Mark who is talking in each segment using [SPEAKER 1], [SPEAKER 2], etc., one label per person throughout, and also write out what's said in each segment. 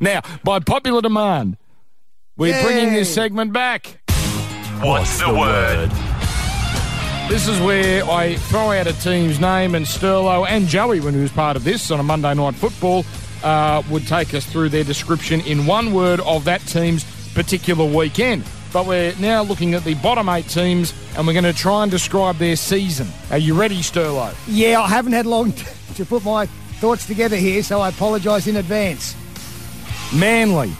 [SPEAKER 1] Now, by popular demand, we're bringing this
[SPEAKER 2] Yay.
[SPEAKER 1] segment back.
[SPEAKER 3] What's the word?
[SPEAKER 1] This is where I throw out a team's name, and Sterlo and Joey, when he was part of this on a Monday Night Football, uh, would take us through their description in one word of that team's particular weekend. But we're now looking at the bottom eight teams, and we're going to try and describe their season. Are you ready, Sterlo?
[SPEAKER 2] Yeah, I haven't had long t- to put my thoughts together here, so I apologise in advance.
[SPEAKER 1] Manly.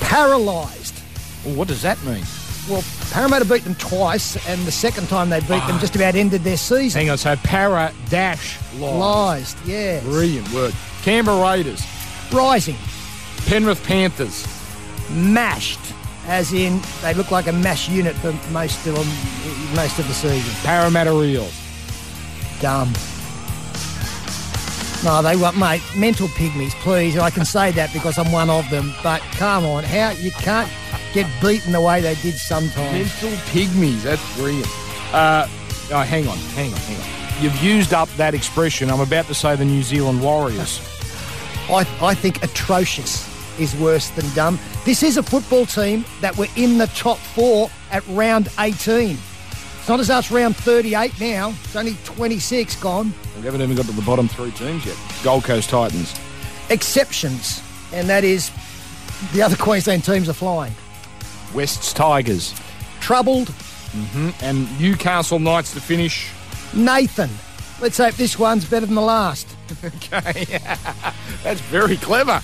[SPEAKER 2] Paralysed.
[SPEAKER 1] Well, what does that mean?
[SPEAKER 2] Well, Parramatta beat them twice, and the second time they beat them just about ended their season.
[SPEAKER 1] Hang on, so para dash law.
[SPEAKER 2] Paralysed, yeah.
[SPEAKER 1] Brilliant word. Canberra Raiders,
[SPEAKER 2] Rising.
[SPEAKER 1] Penrith Panthers,
[SPEAKER 2] Mashed. As in, they look like a mash unit for most of them, most of the season.
[SPEAKER 1] Parramatta Eels,
[SPEAKER 2] dumb. No, they want, mate, mental pygmies, please. I can say that because I'm one of them, but come on, how you can't get beaten the way they did sometimes.
[SPEAKER 1] Mental pygmies. That's brilliant. Uh, oh, hang on, hang on, hang on. You've used up that expression. I'm about to say the New Zealand Warriors.
[SPEAKER 2] I, I think atrocious is worse than dumb. This is a football team that were in the top four at round 18. It's not as us round 38 now. It's only 26 gone.
[SPEAKER 1] We haven't even got to the bottom three teams yet. Gold Coast Titans,
[SPEAKER 2] Exceptions, and that is the other Queensland teams are flying.
[SPEAKER 1] West's Tigers,
[SPEAKER 2] Troubled,
[SPEAKER 1] and Newcastle Knights to finish.
[SPEAKER 2] Nathan. Let's hope this one's better than the last.
[SPEAKER 1] That's very clever.